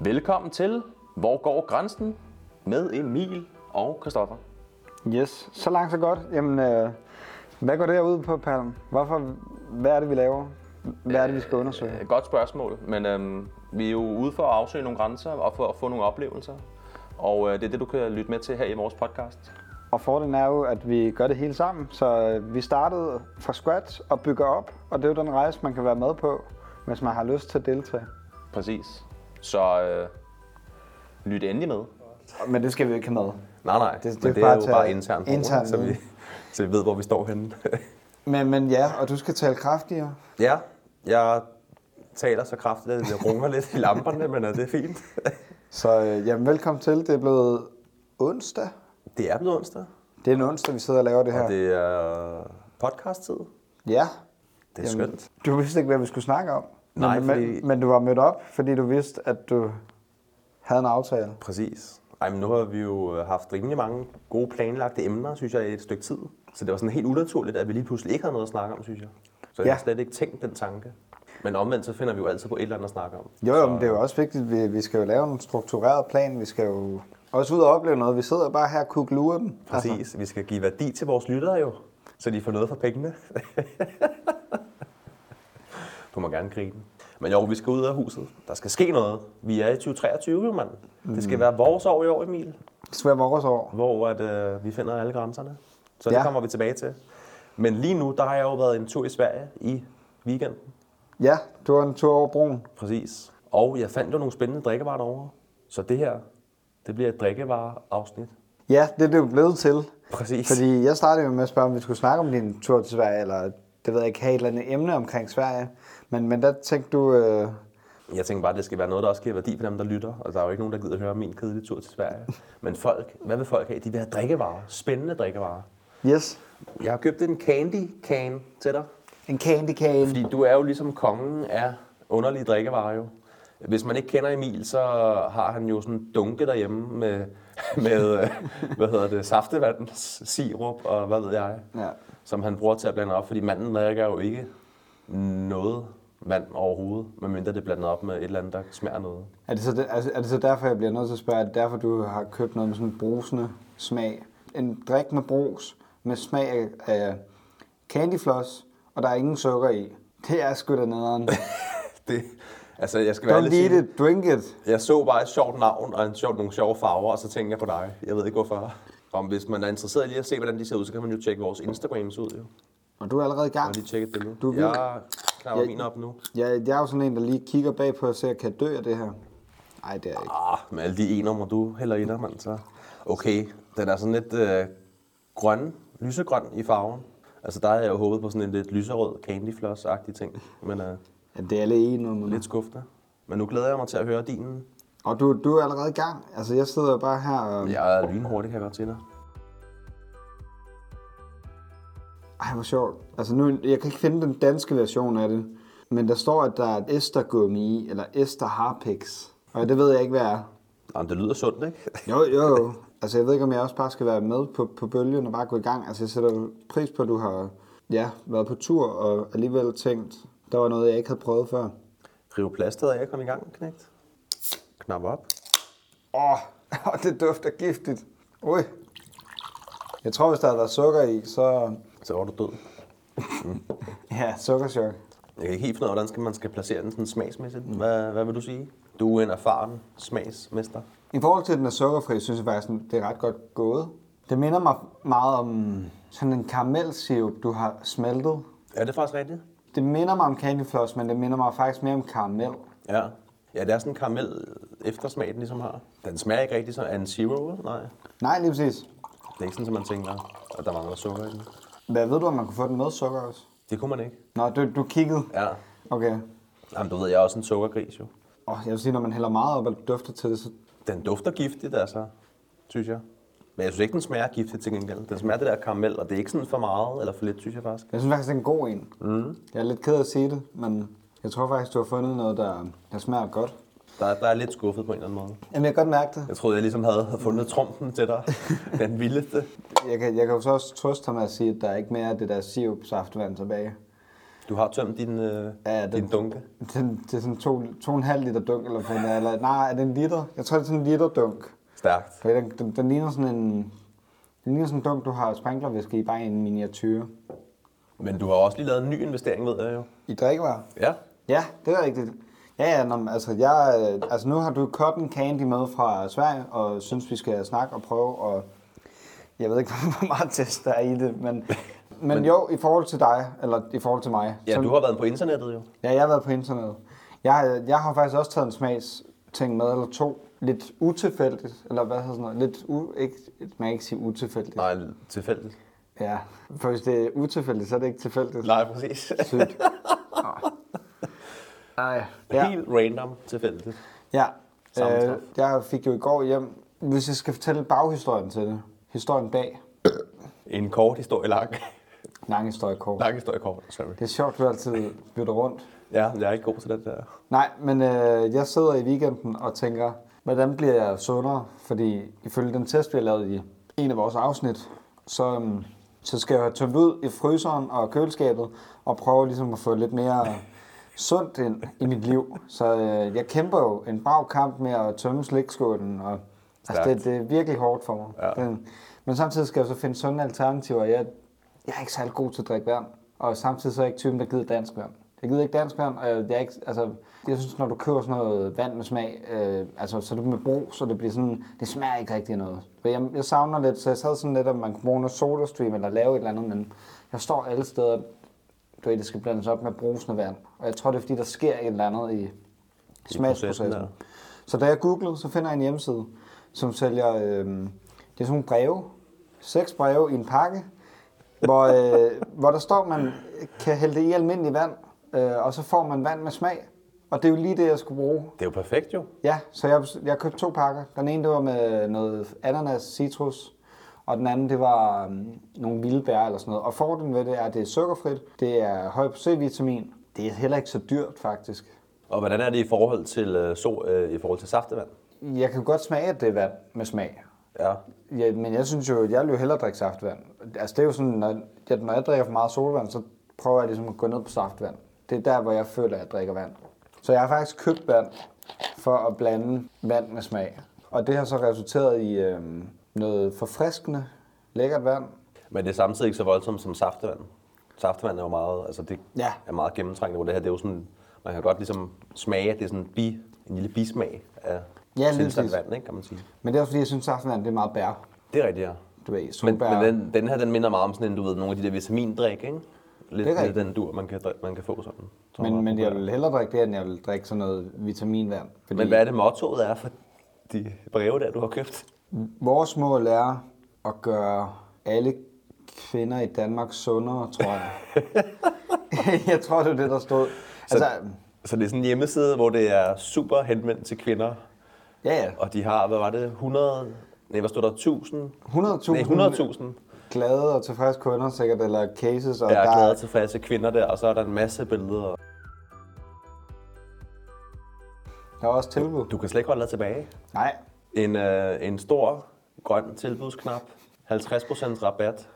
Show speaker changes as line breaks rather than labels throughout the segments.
Velkommen til Hvor går grænsen? med Emil og Kristoffer.
Yes, så langt så godt. Jamen, øh, hvad går det her ud på, Palm? Hvorfor, hvad er det, vi laver? Hvad er det, vi skal undersøge?
Øh, Godt spørgsmål, men øhm, vi er jo ude for at afsøge nogle grænser og for at få nogle oplevelser. Og øh, det er det, du kan lytte med til her i vores podcast.
Og fordelen er jo, at vi gør det hele sammen. Så øh, vi startede fra scratch og bygger op, og det er jo den rejse, man kan være med på, hvis man har lyst til at deltage.
Præcis. Så øh, lyt endelig med.
Men det skal vi ikke have med.
Nej, nej. Det, det,
Det- det er
men det er
bare
jo
til-
bare internt,
internt
internt så, vi,
viden.
så vi ved, hvor vi står henne.
Men, men ja, og du skal tale kraftigere.
ja, jeg taler så kraftigt, at jeg runger lidt i lamperne, men øh, det er fint.
Så øh, jamen, velkommen til. Det er blevet onsdag.
Det er blevet onsdag,
Det er en onsdag, vi sidder og laver det her.
og det er podcast-tid.
Ja.
Det er skønt.
Du vidste ikke, hvad vi skulle snakke om.
Nej,
men,
fordi-
men, men du var mødt op, fordi du vidste, at du havde en aftale.
Præcis. Ej, men nu har vi jo øh, haft rimelig mange gode planlagte emner, synes jeg, i et stykke tid. Så det var sådan helt unaturligt, at vi lige pludselig ikke havde noget at snakke om, synes jeg. Så jeg
Ja.
har slet ikke tænkt den tanke. Men omvendt, så finder vi jo altid på et eller andet at snakke om.
Jo, jo, men det er jo også vigtigt. Vi, vi skal jo lave en struktureret plan. Vi skal jo også ud og opleve noget. Vi sidder bare her og kuglurer den.
Præcis. Vi skal give værdi til vores lyttere jo, så de får noget for pengene. du må gerne grine. Men jo, vi skal ud af huset. Der skal ske noget. Vi er i 2023, jo, mand. Det skal være vores år i år, Emil,
Det skal være Altså, vores år.
hvor at, øh, vi finder alle grænserne. Så ja.
Ja.
det kommer vi tilbage til. Men lige nu, der har jeg jo været en tur i Sverige i weekenden.
Ja, du var en tur over broen.
Præcis. Og jeg fandt jo nogle spændende drikkevarer derovre. Så det her, det bliver et drikkevareafsnit.
Ja, det er det jo blevet til.
Præcis.
Fordi jeg startede jo med at spørge, om vi skulle snakke om din tur til Sverige, eller det ved jeg ikke, have et eller andet emne omkring Sverige. Men, men der tænkte du, øh,
Jeg tænker bare, at det skal være noget, der også giver værdi for dem, der lytter. Og der er jo ikke nogen, der gider at høre om min kedelige tur til Sverige. Men folk, hvad vil folk have? De vil have drikkevarer. Spændende drikkevarer.
yes,
Jeg har købt en candy can til dig.
en candy cane.
Fordi du er jo ligesom kongen af underlige drikkevarer jo. Hvis man ikke kender Emil, så har han jo sådan en dunke derhjemme med, med øh, hvad hedder det, saftevand, sirup og hvad ved jeg,
Ja.
som han bruger til at blande op, fordi manden drikker jo ikke noget vand overhovedet, medmindre det er blandet op med et eller andet, der smager noget.
Er det, så det, altså, er det så derfor, jeg bliver nødt til at spørge, er det derfor, du har købt noget med sådan en brusende smag? En drik med brus, med smag af- af candyfloss, og der er ingen sukker i. Det er sgu da nederen.
Det, altså, jeg skal være
Don't
lidt
eat it, drink it.
Jeg så bare et sjovt navn og en sjov, nogle sjove farver, og så tænkte jeg på dig. Jeg ved ikke hvorfor. Om hvis man er interesseret i lige at se, hvordan de ser ud, så kan man jo tjekke vores Instagrams ud. Jo. Jeg
Og du er allerede i gang.
vil lige tjekke et billede.
Du
Du
er vild.
jeg knapper
Jeg-
min op nu.
Jeg, jeg er jo sådan en, der lige kigger bag på og ser, kan jeg dø af det her? Nej, det er jeg ikke.
Ah, med alle de enummer, du hælder i dig, mand. Så. Okay, den er sådan lidt øh, grøn, lysegrøn i farven. Altså der havde jeg jo håbet på sådan en lidt lyserød candyfloss-agtig ting, men øh,
Ja, det er alle i nu.
lidt skuffende. Men nu glæder jeg mig til at høre din.
Og du, du er allerede i gang. Altså, jeg sidder jo bare her og...
Jeg er lynhurtig, kan jeg godt sige dig.
Ej, hvor sjovt. Altså nu, jeg kan ikke finde den danske version af det, men der står, at der er et estergummi i, eller esterharpix. Og det ved jeg ikke, hvad er.
Jamen, det lyder sundt, ikke?
Jo, jo, jo. Altså jeg ved ikke, om jeg også bare skal være med på, på bølgen og bare gå i gang. Altså jeg sætter jo pris på, at du har ja, været på tur og alligevel tænkt, der var noget, jeg ikke havde prøvet før.
Rioplast havde jeg kommet i gang, knægt. Knap op.
Åh, oh, det dufter giftigt. Ui. Jeg tror, hvis der havde været sukker i, så...
Så var du død.
Ja, sukkerchok.
Jeg kan ikke helt finde ud af, hvordan skal man skal placere den sådan smagsmæssigt. Hvad, hvad vil du sige? Du er en erfaren smagsmester.
I forhold til den er sukkerfri, synes jeg faktisk, det er ret godt gået. Det minder mig meget om sådan en karamelsirup, du har smeltet.
Er det faktisk rigtigt?
Det minder mig om candyfloss, men det minder mig faktisk mere om karamel.
Ja. Ja, det er sådan en karamel eftersmag, den ligesom har. Den smager ikke rigtig som en zero, vel? Nej.
Nej, lige præcis.
Det er ikke sådan, at man tænker, at der mangler sukker i den.
Hvad ved du, om man kunne få den med sukker også?
Det kunne man ikke.
Nå, du, du kiggede?
Ja.
Okay.
Jamen, du ved, jeg er også en sukkergris, jo.
Og jeg vil sige, når man hælder meget op og dufter til det, så...
Den dufter giftigt, altså, synes jeg. Men jeg synes ikke, den smager giftigt til gengæld. Den smager det der karamel, og det er ikke sådan for meget eller for lidt, synes jeg faktisk.
Jeg synes faktisk, det er en god en. Mm. Jeg er lidt ked af at sige det, men jeg tror faktisk, du har fundet noget, der, der smager godt.
Der, er- der er lidt skuffet på en eller anden måde.
Jamen, jeg kan godt mærke det.
Jeg troede, jeg ligesom havde, havde fundet trumpen til dig. Den vildeste.
Jeg kan, jeg kan jo så også trøste ham med at sige, at der er ikke mere af det der sirupsaftevand tilbage.
Du har tømt din, øh,
Ja,
ja,
den-
din dunke.
Det er sådan- det er sådan to, to og en halv liter dunk, eller, sådan, eller nej, er det en liter? Jeg tror, det er sådan en liter dunk.
Stærkt.
For den, den, den ligner sådan en... Den ligner sådan en dunk, du har sprinklervæske i, bare i en miniature.
Men du har også lige lavet en ny investering, ved jeg jo.
I drikkevarer?
Ja.
Ja, det er rigtigt. Ja, ja, nå, men altså, jeg, øh, altså nu har du cotton candy med fra Sverige, og synes, vi skal snakke og prøve, og jeg ved ikke, hvor meget test der er i det, men, men, men jo, i forhold til dig, eller i forhold til mig,
Ja, du har været på internettet jo.
Ja, jeg har været på internettet. Jeg, har- jeg har faktisk også taget en smagsting med, eller to. Lidt utilfældigt, eller hvad hedder sådan noget? Lidt u, ikke, man kan ikke sige utilfældigt.
Nej, tilfældigt.
Ja, for hvis det er utilfældigt, så er det ikke tilfældigt.
Nej, præcis.
Sygt. Nej.
Ja.
Ja.
Helt random tilfældigt.
ja.
Sammentræf.
Øh, jeg fik jo i går hjem, hvis jeg skal fortælle baghistorien til det. Historien bag.
En kort historie, lang,
Lang historie kort.
lang historie kort, sorry.
Det er sjovt, du altid bytter rundt.
Ja, jeg er ikke god til det der.
Nej, men øh, jeg sidder i weekenden og tænker, hvordan bliver jeg sundere? Fordi ifølge den test, vi har lavet i en af vores afsnit, så, øhm, så skal jeg have tømt ud i fryseren og køleskabet og prøve ligesom at få lidt mere sundt ind i mit liv. Så øh, jeg kæmper jo en brav kamp med at tømme slikskålen, og altså, det, det er virkelig hårdt for mig.
Ja.
Den, men samtidig skal jeg jo så finde sunde alternativer. Jeg, jeg er ikke særlig god til at drikke vand, og samtidig så er jeg ikke typen, der gider dansk vand. Jeg gider ikke dansk vand, og jeg, jeg, er ikke, altså, jeg synes, når du køber sådan noget vand med smag, øh, altså, så er det med brug, så det bliver sådan, det smager ikke rigtig af noget. For Jeg, jeg savner lidt, så jeg sad sådan lidt, om man kunne bruge noget sodastream eller lave et eller andet, men jeg står alle steder, du ved, det skal blandes op med brusende vand. Og jeg tror, det er fordi, der sker et eller andet i
processen der.
smagsprocessen. Så da jeg googlede, så finder jeg en hjemmeside, som sælger, øh, det er sådan nogle breve, seks breve i en pakke, hvor, øh, hvor der står, at man kan hælde det i almindelig vand, øh, og så får man vand med smag. Og det er jo lige det, jeg skulle bruge.
Det er jo perfekt jo.
Ja, så jeg, jeg købte to pakker. Den ene, det var med noget ananas, citrus, og den anden, det var um, nogle vilde bær eller sådan noget. Og fordelen ved det er, at det er sukkerfrit, det er høj på C-vitamin. Det er heller ikke så dyrt, faktisk.
Og hvordan er det i forhold til, øh, so, øh, i forhold til saftevand?
Jeg kan jo godt smage, at det er vand med smag.
Ja.
Ja, men jeg synes jo, jeg vil jo hellere drikke saftvand. Altså det er jo sådan, når, jeg, når jeg drikker for meget solvand, så prøver jeg ligesom at gå ned på saftvand. Det er der, hvor jeg føler, at jeg drikker vand. Så jeg har faktisk købt vand for at blande vand med smag. Og det har så resulteret i øhm, noget forfriskende, lækkert vand.
Men det er samtidig ikke så voldsomt som saftevand. Saftevand er jo meget, altså det
Ja.
er meget gennemtrængende, hvor det her det er jo sådan, man kan godt ligesom smage, at det er sådan en, bi, en lille bismag af
lige
tilsat
præcis.
vand, ikke, kan man sige.
Men det er også fordi, jeg synes, saftvand det er meget bær.
Det er rigtigt, ja.
Du ved,
Men,
solbær.
men den, den her, den minder meget om sådan en, du ved, nogle af de der vitamindrik, ikke? Lidt,
Det er
lidt
rigtigt.
den dur, man kan, drik- man kan få sådan. tror jeg.
men, men jeg vil hellere drikke det, end jeg vil drikke sådan noget vitaminvand. Fordi
men hvad er det mottoet er for de breve, der du har købt?
Vores mål er at gøre alle kvinder i Danmark sundere, tror jeg. jeg tror, det er det, der stod. Altså,
Så det er sådan en hjemmeside, hvor det er super henvendt til kvinder,
ja, ja.
og de har, hvad var det, 100, nej, hvad stod der, 1000?
100.000
Nej, 100.000.
glade og tilfredse kunder sikkert, eller cases. Og
Jeg
der
er glad og tilfredse kvinder der, og så er der en masse billeder.
der er også tilbud.
Du kan slet ikke holde dig tilbage.
Nej,
En, øh, en stor grøn tilbudsknap, 50% rabat,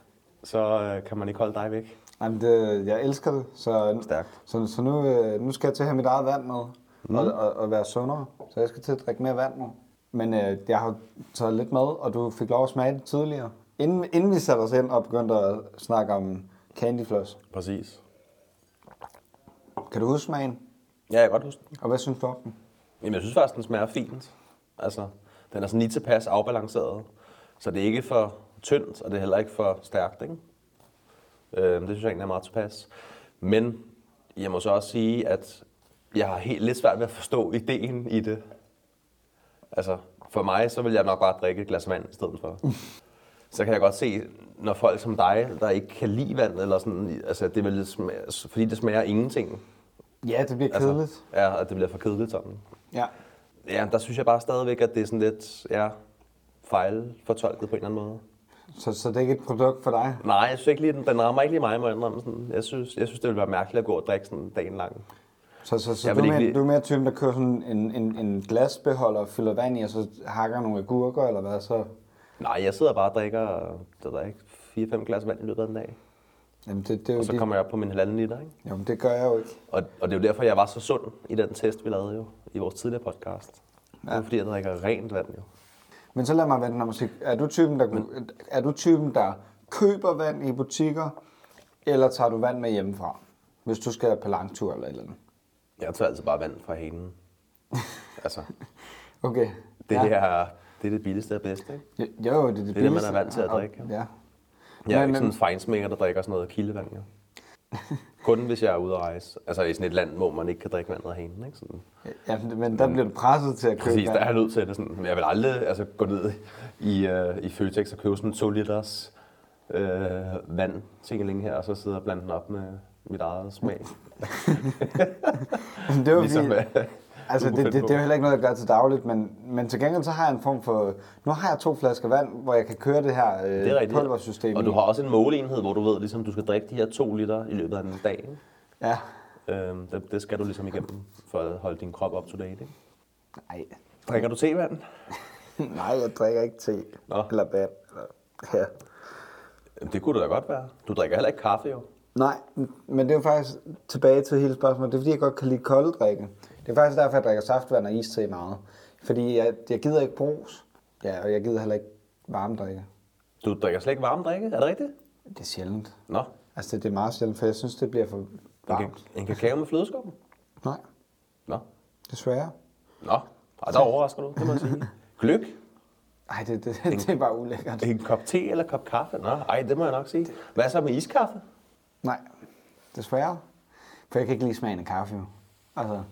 så øh, kan man ikke holde dig væk.
Jamen, det, jeg elsker det, så,
Stærkt.
så, så nu, øh, nu skal jeg til at have mit eget vand med mm. og, og, og være sundere. Så jeg skal til at drikke mere vand nu. Men øh, jeg har taget lidt med, og du fik lov at smage det tidligere. Inden, inden vi satte os ind og begyndte at snakke om candyfloss.
Præcis.
Kan du huske smagen?
Ja, jeg kan godt huske den.
Og hvad synes du om den?
Jamen, jeg synes faktisk, den smager fint. Altså, den er sådan lige tilpas afbalanceret. Så det er ikke for tyndt, og det er heller ikke for stærkt, ikke? Øh, det synes jeg egentlig er meget tilpas. Men jeg må så også sige, at jeg har helt lidt svært ved at forstå ideen i det. Altså, for mig, så vil jeg nok bare drikke et glas vand i stedet for. Så kan jeg godt se, når folk som dig, der ikke kan lide vand, eller sådan, altså, det vil smage, fordi det smager ingenting.
Ja, det bliver kedeligt.
Altså, ja, og det bliver for kedeligt sådan.
Ja.
Ja, der synes jeg bare stadigvæk, at det er sådan lidt ja, fejlfortolket på en eller anden måde.
Så, så det er ikke et produkt for dig?
Nej, jeg synes ikke lige, den, den rammer ikke lige mig, må jeg indrømme. Sådan. Jeg, synes, jeg synes, det ville være mærkeligt at gå og drikke sådan dagen lang.
Så, så, så
Jeg
du,
vil
er
ikke
mere,
lide-
du er mere typen, der kører sådan en, en, en glasbeholder, fylder vand i, og så hakker nogle agurker, eller hvad så?
Nej, jeg sidder bare og drikker, det ved jeg ikke, 4-5 glas vand i løbet af en dag.
Jamen, det, det er jo
Og så
de-
kommer jeg op på min halvanden liter, ikke?
Jo, men det gør jeg jo ikke.
Og, og det er jo derfor, jeg var så sund i den test, vi lavede jo, i vores tidligere podcast. Ja. Det er fordi, jeg drikker rent vand jo.
Men så lad mig vente om musik. Er du typen, der, men... er du typen, der køber vand i butikker, eller tager du vand med hjemmefra? Hvis du skal på langtur eller et eller andet.
Jeg tager altså bare vand fra hanen. altså,
Okay.
det, ja. er, det er det billigste og bedste, ikke?
Jo, jo, det er
det,
det,
man
billigste.
er vant til at
Og-
drikke, jo. Jeg
Ja.
er
Men-
jo ikke sådan
men-
en fejnsmækker, der drikker sådan noget kildevand, jo. Kun hvis jeg er ude at rejse. Altså i sådan et land, hvor man ikke kan drikke vandet af hanen, ikke? Sådan.
Ja, men der bliver du presset til at købe
Mm. Præcis, der
vand.
er jeg nødt til det. Sådan, jeg vil aldrig altså, gå ned i, øh, i Føtex og købe sådan en 2 liters øh, vand tingeling her, og så sidde og blande den op med mit eget smag.
Men det er jo
Ligesom,
fordi-
øh,
altså,
du
det, det,
fandt
det,
på.
er jo heller ikke noget, jeg gør til dagligt, men, men til gengæld så har jeg en form for... Nu har jeg to flasker vand, hvor jeg kan køre det her øh,
Det er rigtigt.
pulversystem
Og du
i.
har også en måleenhed, hvor du ved, ligesom, du skal drikke de her 2 liter i løbet af en dag. ikke?
Ja.
Øhm, det, det, skal du ligesom igennem for at holde din krop up to date. Ikke?
Nej.
Drikker du tevand?
Nej, jeg drikker ikke te.
Nå.
Eller vand. Eller, ja.
Det kunne det da godt være. Du drikker heller ikke kaffe, jo.
Nej, men det er jo faktisk tilbage til hele spørgsmålet. Det er fordi, jeg godt kan lide kolde drikke. Det er faktisk derfor, jeg drikker saftvand og iste meget. Fordi jeg, jeg gider ikke brus. Ja, og jeg gider heller ikke varme drikke.
Du drikker slet ikke varme drikke, er det rigtigt?
Det er sjældent.
Nå,
Altså, det, det er meget sjældent, for jeg synes, det bliver for
en, ka-
varmt.
en kakao med flødeskum?
Nej,
Nå,
desværre.
Nå. Ej, der overrasker du, det må jeg sige. Gløk?
Ej, det, det,
Mm.
det er bare ulækkert.
En kop te eller en kop kaffe? Nå, ej, det må jeg nok sige. Hvad så med iskaffe?
Nej, desværre. For jeg kan ikke lide smagen af kaffe, jo. Altså,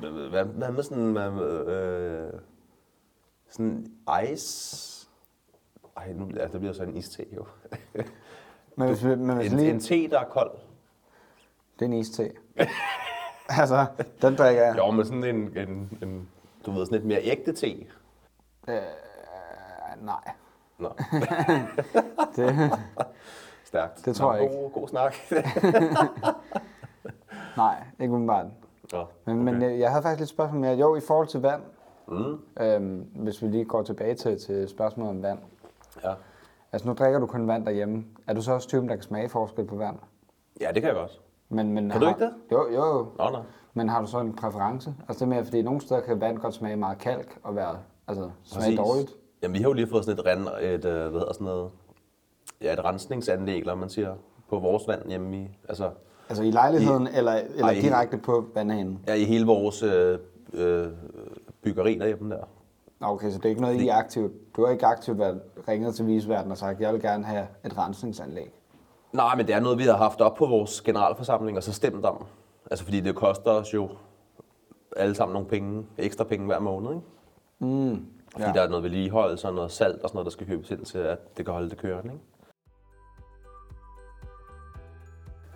Hvad- Hvad hvad med sådan... Hvad, med, øh, sådan ice... Ej, nu, ja, det bliver så en iste, jo.
men hvis, men hvis
en,
Altså lige...
en te, der er kold.
Det er en iste. altså, den drikker jeg.
Jo, men sådan en, en, en du ved, sådan lidt mere ægte te.
Øh, nej.
Nå,
Det,
stærkt.
Det tror
Nå,
jeg ikke.
god, God snak.
nej, ikke umiddelbart.
Nå,
Men, okay. men jeg, jeg havde faktisk lidt spørgsmål mere. Jo, i forhold til vand. Mm. Øhm, hvis vi lige går tilbage til, til spørgsmålet om vand.
ja.
Altså, nu drikker du kun vand derhjemme. Er du så også typen, der kan smage forskel på vand?
ja, det kan jeg godt.
Men, men
Kan du ikke det?
Jo, jo.
Nå, nå.
Men har du så en præference? Altså det med, fordi nogle steder kan vand godt smage meget kalk og være, altså, smage
Præcis.
dårligt.
Jamen, vi har jo lige fået sådan et, ren, et, øh, hvad hedder sådan noget, ja, et rensningsanlæg, eller hvad man siger, på vores vand hjemme i, altså,
Altså i lejligheden, I, eller, eller
Ej.
direkte på vandhanen.
ja, i hele vores øh, øh, byggeri derhjemme der.
Nå, Okay, så det er ikke noget, I er aktivt. Du har ikke aktivt været ringet til visverden og sagt, jeg vil gerne have et rensningsanlæg.
Nej, men det er noget, vi har haft op på vores generalforsamling, og så stemt om. Altså, fordi det koster os jo alle sammen nogle penge, ekstra penge hver måned, ikke? Mm, fordi
ja.
ja. der er noget vedligeholdelse og noget salt og sådan noget, der skal købes ind til, at det kan holde det kørende, ikke?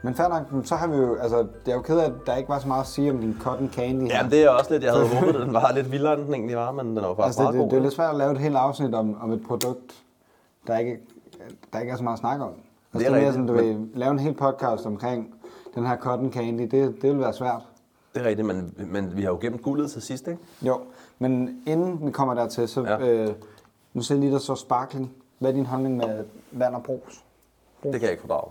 Men fair nok, men så har vi jo, altså, det er jo ked af, at der ikke var så meget at sige om din cotton candy. her.
Ja, det er også lidt, jeg havde håbet, at den var lidt vildere, end den egentlig var, men den var faktisk
altså,
altså,
det,
meget
det, det, er
god.
lidt svært at lave et helt afsnit om, om et produkt, der ikke, der ikke er så meget at snakke om. Altså, det er, mere
rigtigt,
sådan, du vil lave en hel podcast omkring den her cotton candy, det, det vil være svært.
Det er rigtigt, men, men vi har jo gemt guldet til sidst, ikke?
Jo, men inden vi kommer dertil, så ja.
Ja.
øh, nu ser jeg lige, der så sparkling. Hvad er din holdning med vand og brus?
Det kan jeg ikke fordrage.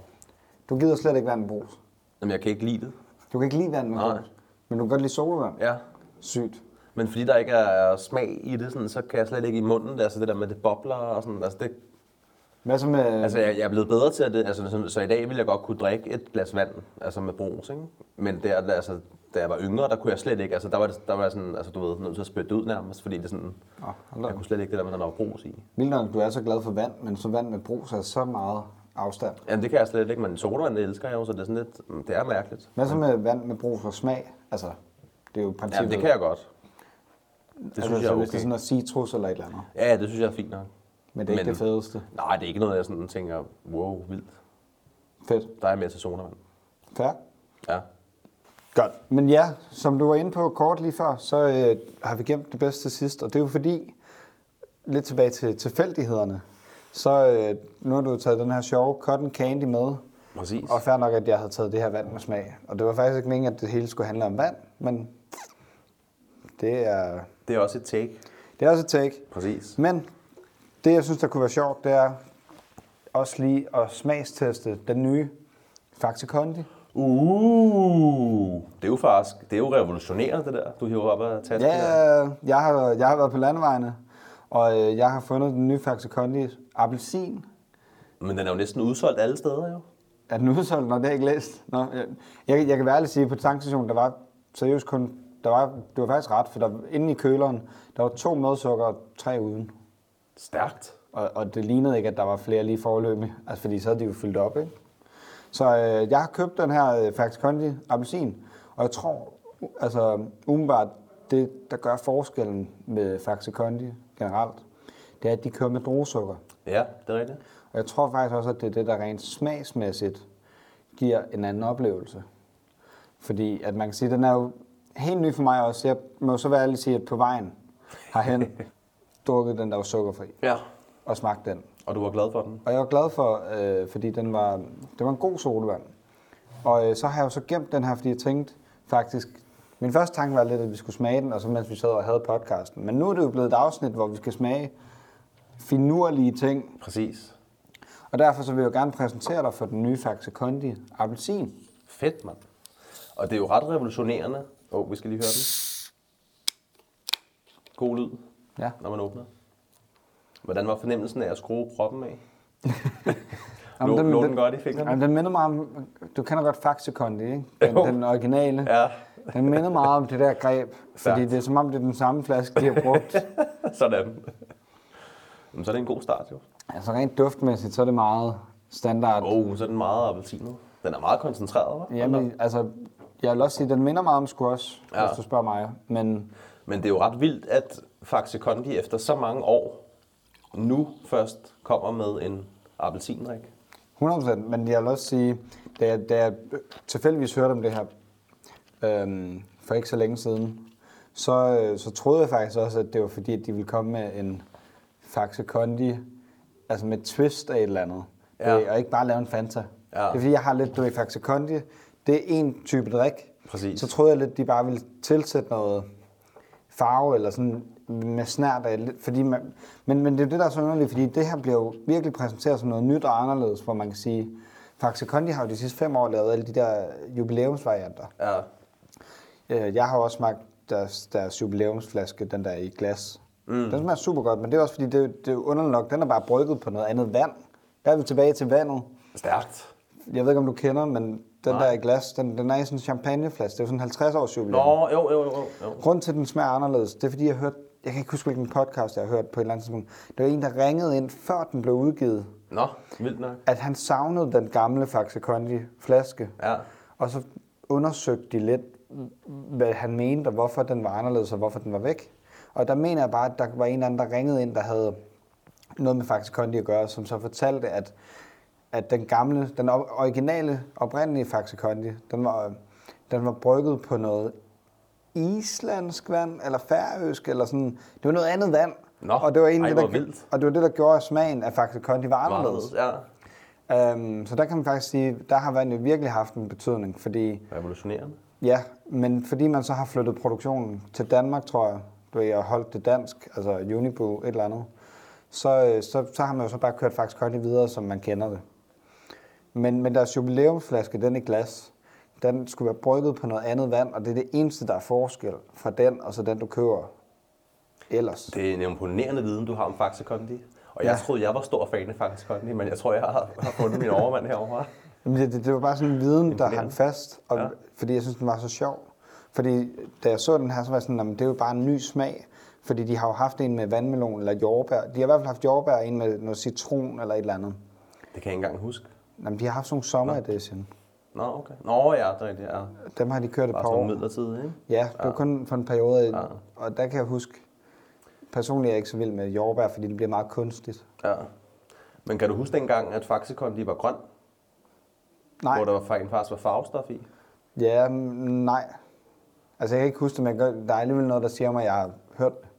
Du gider slet ikke vand med brus.
Jamen, jeg kan ikke lide det.
Du kan ikke lide vand med
Nej.
brus, men du kan godt lide sodavand.
Ja.
Sygt.
Men fordi der ikke er smag i det, sådan, så kan jeg slet ikke i munden. Altså det der med, det bobler og sådan. Altså, det,
Hvad så med...
altså jeg, jeg er blevet bedre til det. Altså, så, så, i dag ville jeg godt kunne drikke et glas vand, altså med brus, ikke? Men der, der, altså, da jeg var yngre, der kunne jeg slet ikke. Altså der var, det- der var jeg sådan, altså du ved, nødt til at spytte det ud nærmest, fordi det sådan...
Nå, hold da
Jeg
op.
kunne slet ikke det der med, at der var brus i.
Vildt nok, du er så glad for vand, men så vand med brus er så meget afstand.
Jamen det kan jeg slet ikke, men sodavand det elsker jeg jo, så det er sådan lidt, mm, det er mærkeligt.
Hvad så med vand med brus og smag? Altså, det er jo i princippet...
Jamen det kan jeg godt. Det
altså,
synes jeg
så
er
Hvis det er
okay.
sådan noget citrus eller et eller andet.
Ja, det synes jeg er fint nok.
Men det er ikke det fedeste.
Nej, det er ikke noget, jeg sådan tænker, wow, vildt.
Fedt.
Der er mere til zonevand.
Fair.
Ja.
Godt. Men ja, som du var inde på kort lige før, så øh, har vi gemt det bedste til sidst. Og det er jo fordi, lidt tilbage til tilfældighederne, så øh, nu har du taget den her sjove cotton candy med.
Præcis.
Og fair nok, at jeg havde taget det her vand med smag. Og det var faktisk ikke meningen, at det hele skulle handle om vand, men det er,
Det er også et take.
det er også et take.
Præcis.
Men det, jeg synes, der kunne være sjovt, det er også lige at smagsteste den nye Faktisk Kondi.
Uh, det er jo faktisk, det er jo revolutionerende det der, du hiver op af tasken.
Ja,
der.
jeg har, jeg har været på landvejene, og øh, jeg har fundet den nye Faxe Kondi appelsin.
Men den er jo næsten udsolgt alle steder jo.
Er den udsolgt? Nå, det har jeg ikke læst. Nå, jeg, jeg, jeg kan være ærlig sige, at på tankstationen, der var seriøst kun, der var, det var faktisk ret, for der, inde i køleren, der var to med sukker og tre uden.
Stærkt.
Og, og det lignede ikke, at der var flere lige forløbig, altså fordi så havde de jo fyldt op, ikke? Så øh, jeg har købt den her øh, Faxe Kondi appelsin, og jeg tror, u- altså umiddelbart, det der gør forskellen med Faxe Kondi generelt, det er, at de kører med druesukker.
Ja, det er rigtigt.
Og jeg tror faktisk også, at det er det, der rent smagsmæssigt giver en anden oplevelse. Fordi at man kan sige, at den er jo helt ny for mig også. Jeg må så være ærlig og sige, at på vejen herhen drukket den, der var sukkerfri,
Ja.
og smagte den.
Og du var glad for den?
Og jeg var glad for, øh, fordi den var, det var en god solvand. Og øh, så har jeg jo så gemt den her, fordi jeg tænkte faktisk, min første tanke var lidt, at vi skulle smage den, og så mens vi sad og havde podcasten. Men nu er det jo blevet et afsnit, hvor vi skal smage finurlige ting,
Præcis.
og derfor så vil jeg jo gerne præsentere dig for den nye Faxe Kondi appelsin.
Fedt, mand. Og det er jo ret revolutionerende. Åh, oh, vi skal lige høre den. God lyd,
Ja.
når man åbner. Hvordan var fornemmelsen af at skrue proppen af?
Jamen,
Lå- lå den godt i fingrene?
Jamen, den minder meget om, du kender godt Faxe Kondi, ikke? Den,
Jo.
den originale.
Ja,
Den minder meget om det der greb, fordi
Stærkt.
det er som om, det er den samme flaske, de har brugt.
sådan. Jamen, så er det en god start, jo.
altså rent duftmæssigt, så er det meget standard.
Åh, oh, så er den meget appelsinet. Den er meget koncentreret, hva'?
Jamen, altså, jeg vil også sige, at den minder meget om squash,
Ja.
ja. hvis du spørger mig. Men
Men det er jo ret vildt, at Faxe Kondi efter så mange år nu først kommer med en appelsindrik.
100%, men jeg vil også sige, da jeg, da jeg tilfældigvis hørte om det her øhm, for ikke så længe siden, så, øh, så troede jeg faktisk også, at det var fordi, at de ville komme med en Faxe Kondi, altså med et twist af et eller andet,
Ja.
øh, og ikke bare lave en Fanta.
Ja.
Det er fordi, jeg har lidt, du ved, Faxe Kondi, det er en type drik,
Præcis.
så troede jeg lidt, de bare ville tilsætte noget farve eller sådan med snært af lidt, fordi man, men, men det er jo det, der er så underligt, fordi det her bliver jo virkelig præsenteret som noget nyt og anderledes, hvor man kan sige, Faxe Kondi har jo de sidste fem år lavet alle de der jubilæumsvarianter.
Ja,
Øh, Jeg har jo også smagt deres, deres jubilæumsflaske, den der i glas. Mm. Den smager super godt, men det er også fordi, det, er jo- det er jo underligt nok, den er bare brygget på noget andet vand. Der er vi tilbage til vandet.
stærkt.
Jeg ved ikke, om du kender, men den
Nej.
der i glas, den, den er i sådan en champagneflaske. Det er jo sådan 50 års jubilæum.
Nå, jo, jo, jo. jo.
Grunden til, at den smager anderledes, det er, fordi jeg hørte, jeg kan ikke huske, hvilken podcast, jeg har hørt på et eller andet tidspunkt. Der var en, der ringede ind, før den blev udgivet,
Nå, vildt nok.
at han savnede den gamle Faxe Kondi flaske.
Ja.
Og så undersøgte de lidt, hvad han mente, og hvorfor den var anderledes, og hvorfor den var væk. Og der mener jeg bare, at der var en eller anden, der ringede ind, der havde noget med Faxe Kondi at gøre, som så fortalte, at, at den gamle, den o- originale, oprindelige Faxe Kondi, den var, den var brygget på noget islandsk vand, eller færøsk, eller sådan. Det var noget andet vand.
Nå,
og det var egentlig
ej,
det, der,
hvor vildt.
Og det var det, der gjorde at smagen af Faxe Kondi var anderledes.
Anderledes. Ja.
Øhm, så der kan man faktisk sige, der har vandet virkelig haft en betydning, fordi
Revolutionerende.
Ja, men fordi man så har flyttet produktionen til Danmark, tror jeg, du ved, og holdt det dansk, altså Unibo, et eller andet, så, øh, så, så har man jo så bare kørt faktisk Kondi videre, som man kender det. Men, men deres jubilæumsflaske, den i glas, den skulle være brygget på noget andet vand, og det er det eneste, der er forskel fra den og så den, du køber ellers.
Det er en imponerende viden, du har om Faxe Kondi. Og jeg
Ja.
troede, jeg var stor fan af Faxe Kondi, men jeg tror, jeg har, har fundet min overmand herovre.
Jamen, Det, det, det var bare sådan en viden, der hang fast, og,
Ja.
ja. fordi jeg synes, den var så sjov. Fordi da jeg så den her, så var jeg sådan, "Nå, men det er jo bare en ny smag. Fordi de har jo haft en med vandmelon eller jordbær. De har i hvert fald haft jordbær og en med noget citron eller et eller andet.
Det kan jeg ikke engang huske.
Jamen, de har haft sådan nogle sommer edition.
Nå, okay. Nå, ja, det er rigtigt. Ja.
Dem har de kørt et
Bare
par
sådan nogle
år.
midlertidige, ikke?
Ja, det var kun for en periode.
Ja.
Og der kan jeg huske, personligt er jeg ikke så vild med jordbær, fordi det bliver meget kunstigt.
Ja. Men kan du huske dengang, at Faxe Kondi var grøn?
Nej,
Hvor der var faktisk faktisk var farvestof i?
ja, mm, nej. Altså, jeg kan ikke huske det, men jeg gør- der er alligevel noget, der siger mig, at jeg har hørt det.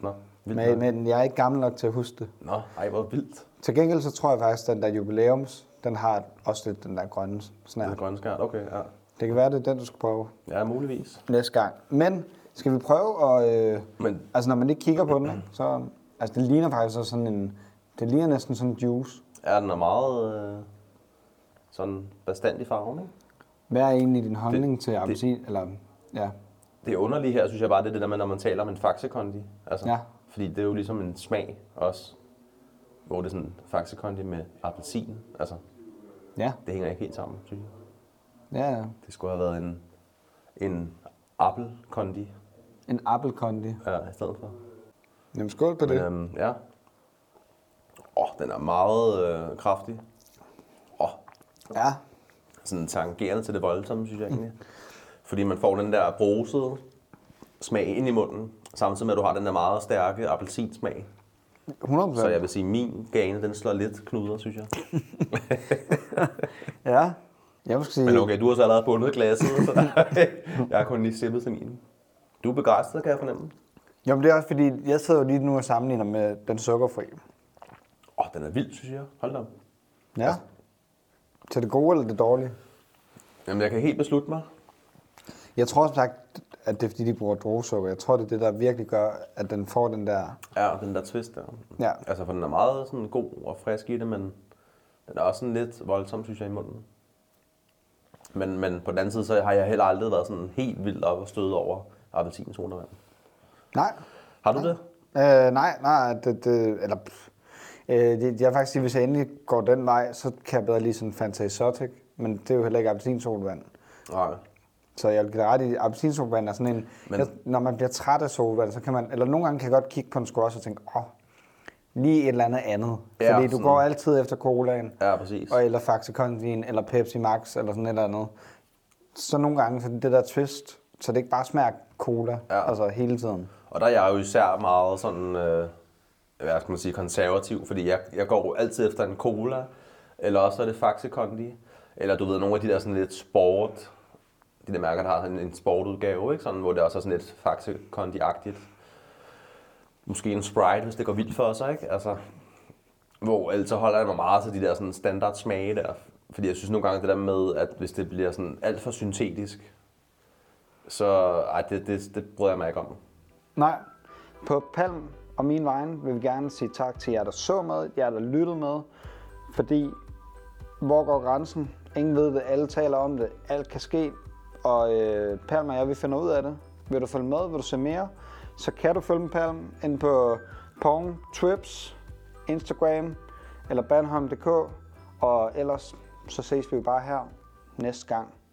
Nå, vildt.
Men,
Men, men...
men jeg er ikke gammel nok til at huske det.
Nå, ej, hvor vildt.
Til gengæld så tror jeg faktisk, at den der jubilæums, den har også lidt den der grønne
Ja.
snær.
Det grønne skart, okay, ja.
Det kan være, det er den, du skal prøve
Ja, muligvis.
næste gang. Men skal vi prøve at... Øh,
Men
altså, når man lige kigger på den, ikke, så... Altså, det ligner faktisk også sådan en... Det ligner næsten sådan en juice.
er den er meget øh, sådan bestand i farven. Ikke?
Hvad er egentlig din holdning det, til appelsin? Det, eller, ja,
Det underlige her, synes jeg bare, det er det der med, når man taler om en faxekondi. Altså,
Ja.
Fordi det er jo ligesom en smag også, hvor det er sådan faxekondi med appelsin. Altså,
ja,
det hænger ikke helt sammen, synes jeg.
ja, ja.
Det skulle have været en, en appelkondi
En appelkondi.
ja, i stedet for.
Jamen skål på
Men, øhm, ja. Åh, den er meget øh, kraftig. Åh,
Ja,
sådan tangerende til det voldsomme, synes jeg egentlig. Fordi man får den der brusede smag ind i munden, samtidig med at du har den der meget stærke appelsinsmag.
100
Så jeg vil sige, min gane, den slår lidt knuder, synes jeg.
Ja. Jeg vil sige,
Men okay, du har så allerede bundet glasset, så jeg har kun lige sippet til min. Du er begejstret, kan jeg fornemme.
jo, men det er også fordi, jeg sidder jo lige nu og sammenligner med den sukkerfri.
Åh, den er vild, synes jeg. Hold da op.
Ja. Til det gode eller det dårlige?
Jamen, jeg kan helt beslutte mig.
Jeg tror som sagt, at det er fordi, de bruger druesukker. Jeg tror, det er det, der virkelig gør, at den får den der...
Ja, den der twist der.
Ja.
Altså, for den er meget sådan god og frisk i det, men den er også sådan lidt voldsom, synes jeg, i munden. Men, men på den anden side, så har jeg heller aldrig været sådan helt vildt op og støde over appelsinens undervand.
Nej.
Har du det?
Øh, nej, nej. Det, det, eller, pff. øh, det, jeg vil faktisk sige, hvis jeg endelig går den vej, så kan jeg bedre lige sådan Fanta Exotic. Men det er jo heller ikke appelsinsolvand.
Nej.
Så jeg vil give dig ret i, at appelsinsolvand er sådan en... Men...
Men-
Jeg, når man bliver træt af solvand, så kan man... Eller nogle gange kan jeg godt kigge på en squash og tænke, åh, oh, lige et eller andet andet.
Ja,
Fordi du
sådan-
går altid efter colaen,
Ja, præcis.
og, eller Faxe Condin, eller Pepsi Max, eller sådan et eller andet. Så nogle gange, så det der twist, så det ikke bare smager cola, ja.
Ja.
altså hele tiden.
Og der er jeg jo især meget sådan, øh, hvad skal man sige, konservativ, fordi jeg, jeg går jo altid efter en cola, eller også er det Faxe Kondi, eller du ved, nogle af de der sådan lidt sport, de der mærker, der har sådan en sportudgave, ikke? Sådan, hvor det også er sådan lidt Faxe Kondi-agtigt. Måske en Sprite, hvis det går vildt for sig, ikke? Altså, hvor ellers så holder jeg mig meget til de der sådan standard smage der. Fordi jeg synes nogle gange det der med, at hvis det bliver sådan alt for syntetisk, så ej, det, det, det bryder jeg mig ikke om.
Nej. På Palm og min vejen vil vi gerne sige tak til jer, der så med, jer, der lyttede med. Fordi, hvor går grænsen? Ingen ved det, alle taler om det, alt kan ske. Og øh, Palm og jeg, vi finder ud af det. Vil du følge med? Vil du se mere? Så kan du følge med Palm ind på Pong Trips, Instagram eller Bandholm.dk. Og ellers, så ses vi jo bare her næste gang.